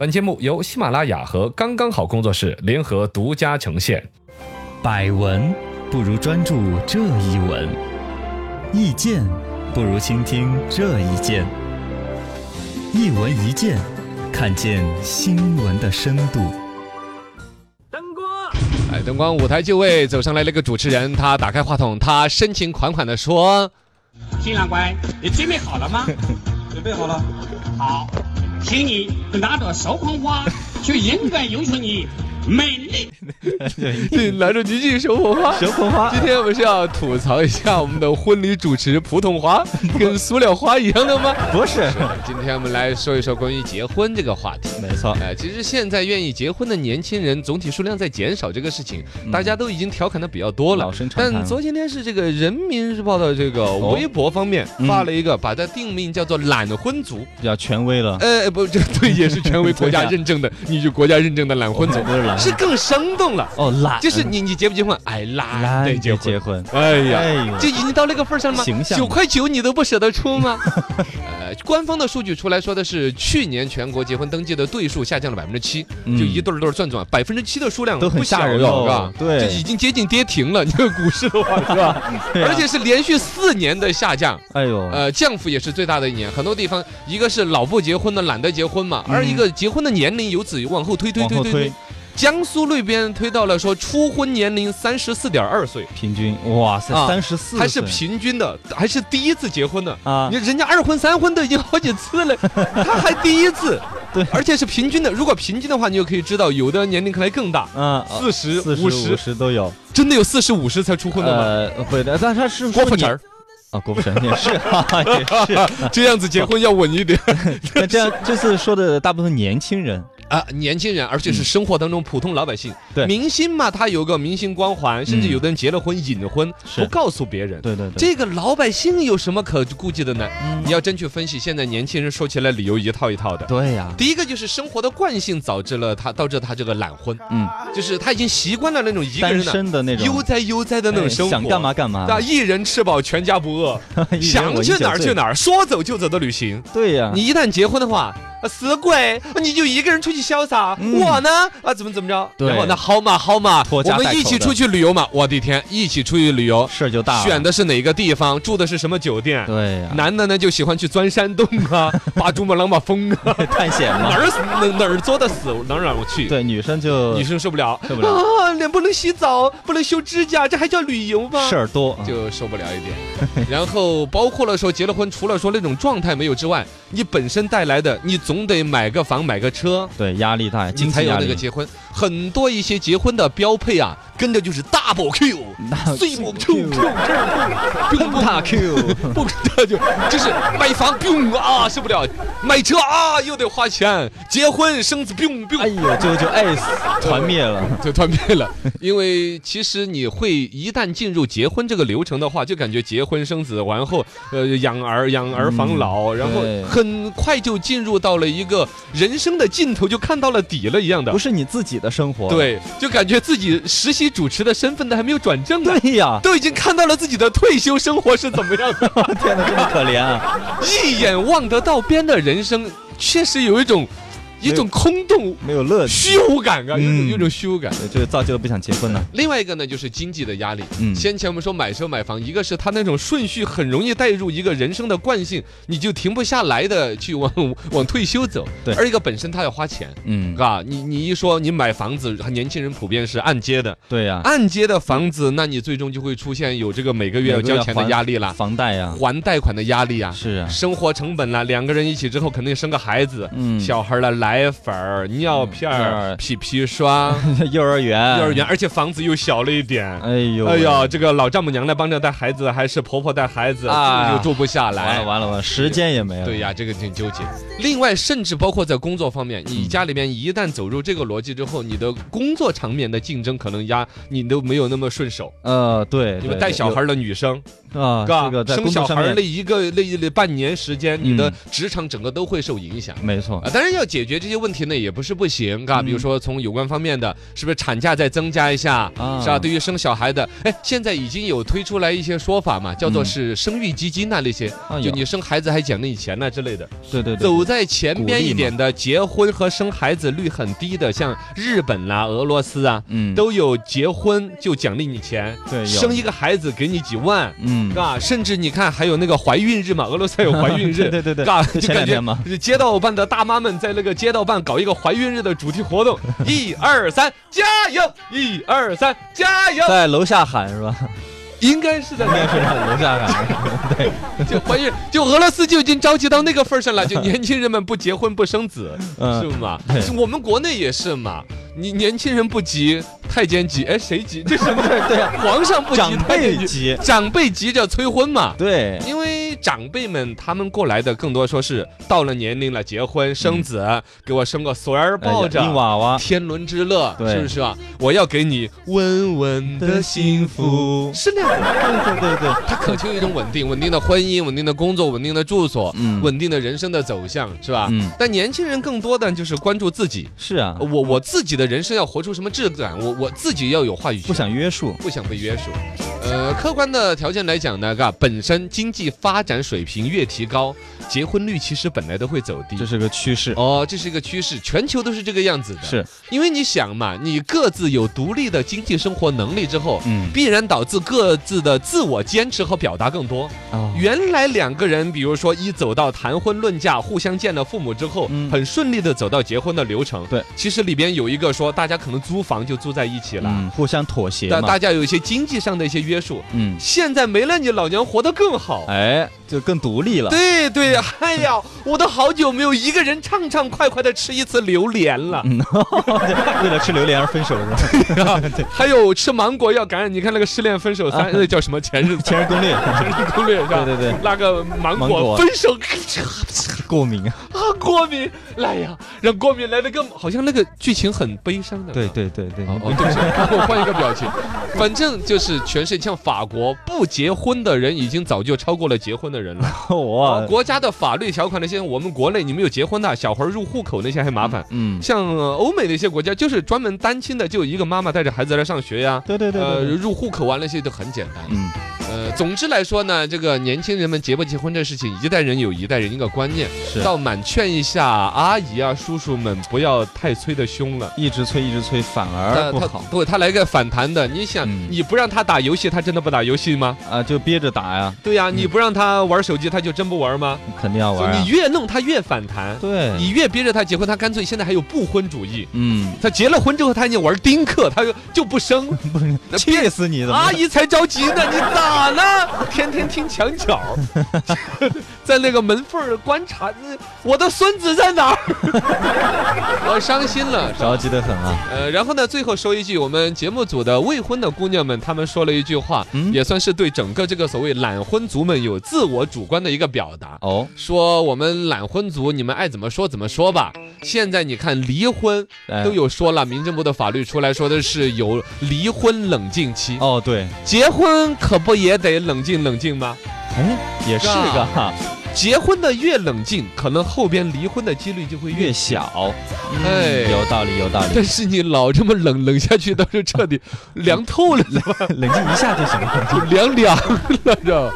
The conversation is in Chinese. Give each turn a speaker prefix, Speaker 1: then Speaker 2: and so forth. Speaker 1: 本节目由喜马拉雅和刚刚好工作室联合独家呈现。
Speaker 2: 百闻不如专注这一闻，意见不如倾听这一见。一闻一见，看见新闻的深度。
Speaker 3: 灯光，
Speaker 1: 哎，灯光舞台就位，走上来了个主持人，他打开话筒，他深情款款地 说
Speaker 3: 新郎官，你准备好了吗？
Speaker 4: 准备好了，
Speaker 3: 好，请你拿着手捧花，去永远永存你美丽。
Speaker 1: 对，来着极尽手捧花。
Speaker 2: 小火花
Speaker 1: 今天我们是要吐槽一下我们的婚礼主持普通话，跟塑料花一样的吗？
Speaker 2: 不是，
Speaker 1: 今天我们来说一说关于结婚这个话题。
Speaker 2: 没错，
Speaker 1: 哎，其实现在愿意结婚的年轻人总体数量在减少，这个事情大家都已经调侃的比较多了
Speaker 2: 嗯老生。常谈哦
Speaker 1: 但昨天天是这个《人民日报》的这个微博方面
Speaker 2: 嗯
Speaker 1: 发了一个，把它定名叫做“懒婚族
Speaker 2: 比较权威了”。。
Speaker 1: 呃，不，这对也是权威国家
Speaker 2: 对啊哦
Speaker 1: 认证的，你就国家认证的懒婚族
Speaker 2: 我不是懒
Speaker 1: 是更生动了。
Speaker 2: 哦，懒
Speaker 1: 就是你，你结不结婚？哎，懒
Speaker 2: 懒
Speaker 1: 得
Speaker 2: 得
Speaker 1: 结
Speaker 2: 结
Speaker 1: 婚。
Speaker 2: 婚，
Speaker 1: 哎
Speaker 2: 哎
Speaker 1: 呀
Speaker 2: 呦，
Speaker 1: 这已经到那个份儿上了吗？
Speaker 2: 形象
Speaker 1: 九块九你都不舍得出 吗？呃，官方的数据出来说的是，去年全国结婚登记的对数下降了百分之七，
Speaker 2: 嗯
Speaker 1: 就一对儿一对儿算算，百分之七的数量
Speaker 2: 都很
Speaker 1: 不小
Speaker 2: 吓人
Speaker 1: 了
Speaker 2: 哦
Speaker 1: 嘎
Speaker 2: 对
Speaker 1: 这已经接近跌停了。你看股市的话 是吧？
Speaker 2: 对啊
Speaker 1: 而且是连续四年的下降。
Speaker 2: 哎呦，
Speaker 1: 呃，降幅也是最大的一年，很多地方一个是老不结婚的懒得结婚嘛，而一个结婚的年龄由此往后推推
Speaker 2: 嗯往
Speaker 1: 推
Speaker 2: 后
Speaker 1: 推推
Speaker 2: 推，
Speaker 1: 江苏那边推到了说初婚年龄三十四点二岁，
Speaker 2: 平均，哇塞
Speaker 1: 啊，
Speaker 2: 三十四，
Speaker 1: 还是平均的，还是第一次结婚呢。
Speaker 2: 啊
Speaker 1: 你，人家二婚三婚都已经好几次 了，他还第一次，
Speaker 2: 对
Speaker 1: 而且是平均的。如果平均的话，你就可以知道，有的年龄可能更大，
Speaker 2: 嗯，
Speaker 1: 四十、
Speaker 2: 四
Speaker 1: 五
Speaker 2: 十、
Speaker 1: 十，
Speaker 2: 五十都有。
Speaker 1: 真的有四十五十才出婚的吗？
Speaker 2: 呃，会的，但他是
Speaker 1: 郭富
Speaker 2: 说你
Speaker 1: 城儿
Speaker 2: 啊，郭富城也是， 哈哈也是。
Speaker 1: 这样子结婚要稳一 点
Speaker 2: 那这样这次说的大部分年轻人，
Speaker 1: 啊！年轻人，而且是生活当中普通老百姓，
Speaker 2: 嗯对
Speaker 1: 明星嘛，他有个明星光环，甚至
Speaker 2: 嗯
Speaker 1: 有的人结了婚隐婚，
Speaker 2: 是
Speaker 1: 不告诉别人。
Speaker 2: 对对嗯对，
Speaker 1: 这个老百姓有什么可顾忌的呢？你要真去分析，现在年轻人说起来理由一套一套的。
Speaker 2: 对呀、
Speaker 1: 第一个就是生活的惯性导致了他导致他这个懒婚，
Speaker 2: 嗯，
Speaker 1: 就是他已经习惯了那种一个
Speaker 2: 单
Speaker 1: 人的
Speaker 2: 身的那种，哎
Speaker 1: 悠哉悠哉的那种生活，
Speaker 2: 想干嘛干嘛，
Speaker 1: 对啊，一人吃饱全家不饿，
Speaker 2: 一人
Speaker 1: 想
Speaker 2: 我一
Speaker 1: 去
Speaker 2: 酒
Speaker 1: 哪儿
Speaker 2: 醉啊
Speaker 1: 去哪儿，说走就走的旅行。
Speaker 2: 对呀、
Speaker 1: 你一旦结婚的话，啊死鬼，你就一个人出去潇洒，
Speaker 2: 嗯
Speaker 1: 我呢，啊，怎么怎么着？
Speaker 2: 对
Speaker 1: 然后那好嘛好嘛，
Speaker 2: 拖
Speaker 1: 我
Speaker 2: 家带口的
Speaker 1: 们一起出去旅游嘛，我的天，一起出去旅游，
Speaker 2: 事儿就大了，
Speaker 1: 选的是哪个地方，住的是什么酒店？
Speaker 2: 对呀、
Speaker 1: 男的呢就喜欢去钻山洞 啊，扒珠穆朗玛峰啊，
Speaker 2: 探险
Speaker 1: 哪
Speaker 2: 嘛，
Speaker 1: 儿死哪哪儿作的死哪儿让我去。
Speaker 2: 对，女生就
Speaker 1: 女生受不了，
Speaker 2: 受不了
Speaker 1: 啊！脸不能洗澡，不能修指甲，这还叫旅游吗？
Speaker 2: 事儿多，
Speaker 1: 就受不了一点。然后包括了说结了婚，除了说那种状态没有之外，你本身带来的，你总得买个房、买个车，
Speaker 2: 对压力大，
Speaker 1: 你
Speaker 2: 经
Speaker 1: 才
Speaker 2: 济
Speaker 1: 有
Speaker 2: 压
Speaker 1: 那个
Speaker 2: 力，
Speaker 1: 结婚。很多一些结婚的标配啊，跟着就是 double Q、碎母 Q、Q Q、蹦大 Q，蹦 大就就是买房 biu 啊，受不了；买车啊，又得花钱；结婚生子 biu
Speaker 2: 哎
Speaker 1: biu，
Speaker 2: 呦，就就哎死，团灭了，
Speaker 1: 就团灭了。因为其实你会一旦进入结婚这个流程的话，就感觉结婚生子，完后呃养儿养儿防老，然后
Speaker 2: 嗯对
Speaker 1: 很快就进入到了一个人生的尽头，就看到了底了一样的
Speaker 2: 不。是你自己的生活，
Speaker 1: 对，就感觉自己实习主持的身份呢还没有转正呢，
Speaker 2: 对呀、
Speaker 1: 都已经看到了自己的退休生活是怎么样的，
Speaker 2: 天哪，这么可怜啊，
Speaker 1: 一眼望得到边的人生，确实有一种一种空洞。
Speaker 2: 没有乐趣，
Speaker 1: 虚无感啊，有一种
Speaker 2: 嗯
Speaker 1: 有一种虚无感。
Speaker 2: 对就造就了不想结婚了，
Speaker 1: 另外一个呢，就是经济的压力。
Speaker 2: 嗯
Speaker 1: 先前我们说买车买房，一个是他那种顺序很容易带入一个人生的惯性，你就停不下来的去往 往退休走。
Speaker 2: 对
Speaker 1: 而一个本身他要花钱，
Speaker 2: 嗯，
Speaker 1: 啊，你你一说你买房子，年轻人普遍是按揭的，
Speaker 2: 对呀、
Speaker 1: 按揭的房子，那你最终就会出现有这个每个月要
Speaker 2: 每个月
Speaker 1: 交钱的
Speaker 2: 还
Speaker 1: 压力啦，
Speaker 2: 房贷呀、
Speaker 1: 还贷款的压力啊，
Speaker 2: 是啊，
Speaker 1: 生活成本啦，两个人一起之后肯定生个孩子。
Speaker 2: 嗯，
Speaker 1: 小孩儿了，奶粉儿、尿片儿、
Speaker 2: 嗯
Speaker 1: 屁屁霜，
Speaker 2: 幼儿园，
Speaker 1: 幼儿园，，而且房子又小了一点。
Speaker 2: 哎呦，
Speaker 1: 哎呀，，这个老丈母娘来帮着带孩子，还是婆婆带孩子，
Speaker 2: 啊
Speaker 1: 住就住不下
Speaker 2: 完了
Speaker 1: 来。
Speaker 2: 完了完了，时间也没有，
Speaker 1: 对呀，这个挺纠结。另外，甚至包括在工作方面，你家里面一旦走入这个逻辑之后，你的工作场面的竞争可能压你都没有那么顺手。
Speaker 2: 呃，对，
Speaker 1: 因为
Speaker 2: 对
Speaker 1: 带小孩儿的女生，
Speaker 2: 有啊，
Speaker 1: 嘎
Speaker 2: 这个在
Speaker 1: 生
Speaker 2: 工
Speaker 1: 小
Speaker 2: 作
Speaker 1: 孩
Speaker 2: 上
Speaker 1: 儿
Speaker 2: 面
Speaker 1: 那，一个那一那半年时间，你的
Speaker 2: 嗯
Speaker 1: 职场整个都会受影响
Speaker 2: 没错
Speaker 1: 啊。，当然要解决这些问题呢，也不是不行，
Speaker 2: 嗯
Speaker 1: 嘎，比如说从有关方面的，是不是产假再增加一下，
Speaker 2: 啊
Speaker 1: 是吧？对于生小孩的，哎，现在已经有推出来一些说法嘛，叫做
Speaker 2: 嗯
Speaker 1: 是生育基金呐、那些
Speaker 2: 啊，
Speaker 1: 就
Speaker 2: 有
Speaker 1: 你生孩子还奖励你钱呐、之类的。
Speaker 2: 对对对，
Speaker 1: 走在前
Speaker 2: 鼓
Speaker 1: 边
Speaker 2: 励
Speaker 1: 一
Speaker 2: 嘛
Speaker 1: 点的，结婚和生孩子率很低的，像日本啦、俄罗斯啊，
Speaker 2: 嗯
Speaker 1: 都有结婚就奖励你钱，
Speaker 2: 对有
Speaker 1: 生一个孩子给你几万。
Speaker 2: 嗯，
Speaker 1: 啊，甚至你看，还有那个怀孕日嘛，俄罗斯还有怀孕日，
Speaker 2: 对对对对
Speaker 1: 啊，
Speaker 2: 就
Speaker 1: 就
Speaker 2: 前两
Speaker 1: 感觉
Speaker 2: 天嘛
Speaker 1: 街道办的大妈们在那个街道办搞一个怀孕日的主题 活动，一二三，加油！一二三，加油！
Speaker 2: 在楼下喊是吧？
Speaker 1: 应该是在那
Speaker 2: 在
Speaker 1: 个
Speaker 2: 楼下喊，对，
Speaker 1: 就怀孕，就俄罗斯就已经着急到那个份儿上了，就年轻人们不结婚不生子，
Speaker 2: 嗯
Speaker 1: 是吗
Speaker 2: 对？
Speaker 1: 我们国内也是嘛。你年轻人不急，太监急，哎，谁急？ 这什么？对啊，皇上不急，
Speaker 2: 长
Speaker 1: 太监
Speaker 2: 辈急，
Speaker 1: 长辈急哎着催婚嘛。
Speaker 2: 对，
Speaker 1: 因为长辈们他们过来的更多说是到了年龄了，结婚生子，给我生个孙儿抱着。
Speaker 2: 哎呀硬娃娃，
Speaker 1: 天伦之乐，
Speaker 2: 对
Speaker 1: 是不是啊？我要给你稳稳的幸福，
Speaker 2: 的幸福
Speaker 1: 是那样的。
Speaker 2: 对对对，
Speaker 1: 他渴求一种稳定，稳定的婚姻，稳定的工作，稳定的住所，
Speaker 2: 嗯
Speaker 1: 稳定的人生的走向，是吧？
Speaker 2: 嗯
Speaker 1: 但年轻人更多的就是关注自己，
Speaker 2: 是啊，
Speaker 1: 我我自己的人生要活出什么质感，我我自己要有话语权，
Speaker 2: 不想约束，
Speaker 1: 不想被约束。呃，客观的条件来讲呢，嘎，本身经济发展水平越提高，结婚率其实本来都会走低
Speaker 2: 这。是个趋势，
Speaker 1: 哦，这是一个趋势，全球都是这个样子的。
Speaker 2: 是，
Speaker 1: 因为你想嘛，你各自有独立的经济生活能力之后，
Speaker 2: 嗯，
Speaker 1: 必然导致各自的自我坚持和表达更多。
Speaker 2: 哦
Speaker 1: 原来两个人，比如说一走到谈婚论嫁，互相见了父母之后，
Speaker 2: 嗯
Speaker 1: 很顺利的走到结婚的流程。
Speaker 2: 对，
Speaker 1: 其实里边有一个说，大家可能租房就住在一起了，
Speaker 2: 嗯，互相妥协
Speaker 1: 但
Speaker 2: 嘛
Speaker 1: 大，家有一些经济上的一些约束。
Speaker 2: 嗯，
Speaker 1: 现在没了你，老娘活得更好。
Speaker 2: 哎，就更独立了，
Speaker 1: 对对，哎呀，我都好久没有一个人畅畅快快的吃一次榴莲了，
Speaker 2: 嗯， 为了吃榴莲而分手是吧？
Speaker 1: 还有吃芒果要感染。你看那个《失恋分手三》，那叫什么？前日
Speaker 2: 前任攻略，
Speaker 1: 前日攻略是吧？
Speaker 2: 啊对对对
Speaker 1: 那个芒
Speaker 2: 芒
Speaker 1: 果
Speaker 2: 果
Speaker 1: 分手，
Speaker 2: 过敏啊，
Speaker 1: 啊，郭敏来呀，让郭敏来的更好像那个剧情很悲伤的。
Speaker 2: 对。对对对，
Speaker 1: 哦，哦对不起，我换一个表情。反正就是全世界，像法国不结婚的人已经早就超过了结婚的人了。
Speaker 2: 我，啊
Speaker 1: 国家的法律条款那些，我们国内你没有结婚的小孩入户口那些还麻烦。
Speaker 2: 嗯，
Speaker 1: 像呃欧美的一些国家，就是专门单亲的，就有一个妈妈带着孩子来上学呀。
Speaker 2: 对对对
Speaker 1: 呃，
Speaker 2: 对对，
Speaker 1: 入户口啊那些都很简单。
Speaker 2: 嗯，
Speaker 1: 呃，总之来说呢，这个年轻人们结不结婚这事情，一代人有一代人一个观念，
Speaker 2: 是
Speaker 1: 倒满劝一下阿姨啊、叔叔们不要太催得凶了。
Speaker 2: 一直催一直催，反
Speaker 1: 他
Speaker 2: 而不
Speaker 1: 他
Speaker 2: 好
Speaker 1: 不，他来个反弹的。你想
Speaker 2: 嗯，
Speaker 1: 你不让他打游戏，他真的不打游戏吗？
Speaker 2: 啊，就憋着打呀，
Speaker 1: 对呀、你不让他玩手机，他就真不玩吗？
Speaker 2: 肯定要嗯玩
Speaker 1: 所以
Speaker 2: 啊
Speaker 1: 你，越弄他越反弹，
Speaker 2: 对，
Speaker 1: 你越憋着他结婚，他干脆现在还有不婚主义。
Speaker 2: 嗯，
Speaker 1: 他结了婚之后，他已经玩丁克，他就就不 生。那啊
Speaker 2: 气死你了，
Speaker 1: 阿姨才着急呢，你咋 了？天天听墙角， 在那个门缝儿观察，嗯我的孙子在哪儿？ 我伤心了。
Speaker 2: 着急的很啊，
Speaker 1: 呃，然后呢，最后说一句，我们节目组的未婚的姑娘们，她们说了一句话，
Speaker 2: 嗯
Speaker 1: 也算是对整个这个所谓懒婚族们有自我主观的一个表达。
Speaker 2: 哦，
Speaker 1: 说我们懒婚族，你们爱怎么说怎么说吧。现在你看离婚
Speaker 2: 哎
Speaker 1: 都有说了，民政部的法律出来说的是有离婚冷静期，
Speaker 2: 哦，对，
Speaker 1: 结婚可不也得冷静冷静吗？
Speaker 2: 哎，也是个哈，
Speaker 1: 结婚的越冷静，可能后边离婚的几率就会越
Speaker 2: 越。小，嗯
Speaker 1: 哎
Speaker 2: 有道理，有道 理，
Speaker 1: 但是你老这么冷冷下去，到时候彻底凉透了，
Speaker 2: 冷静一下就行了，
Speaker 1: 就凉凉了，知道吧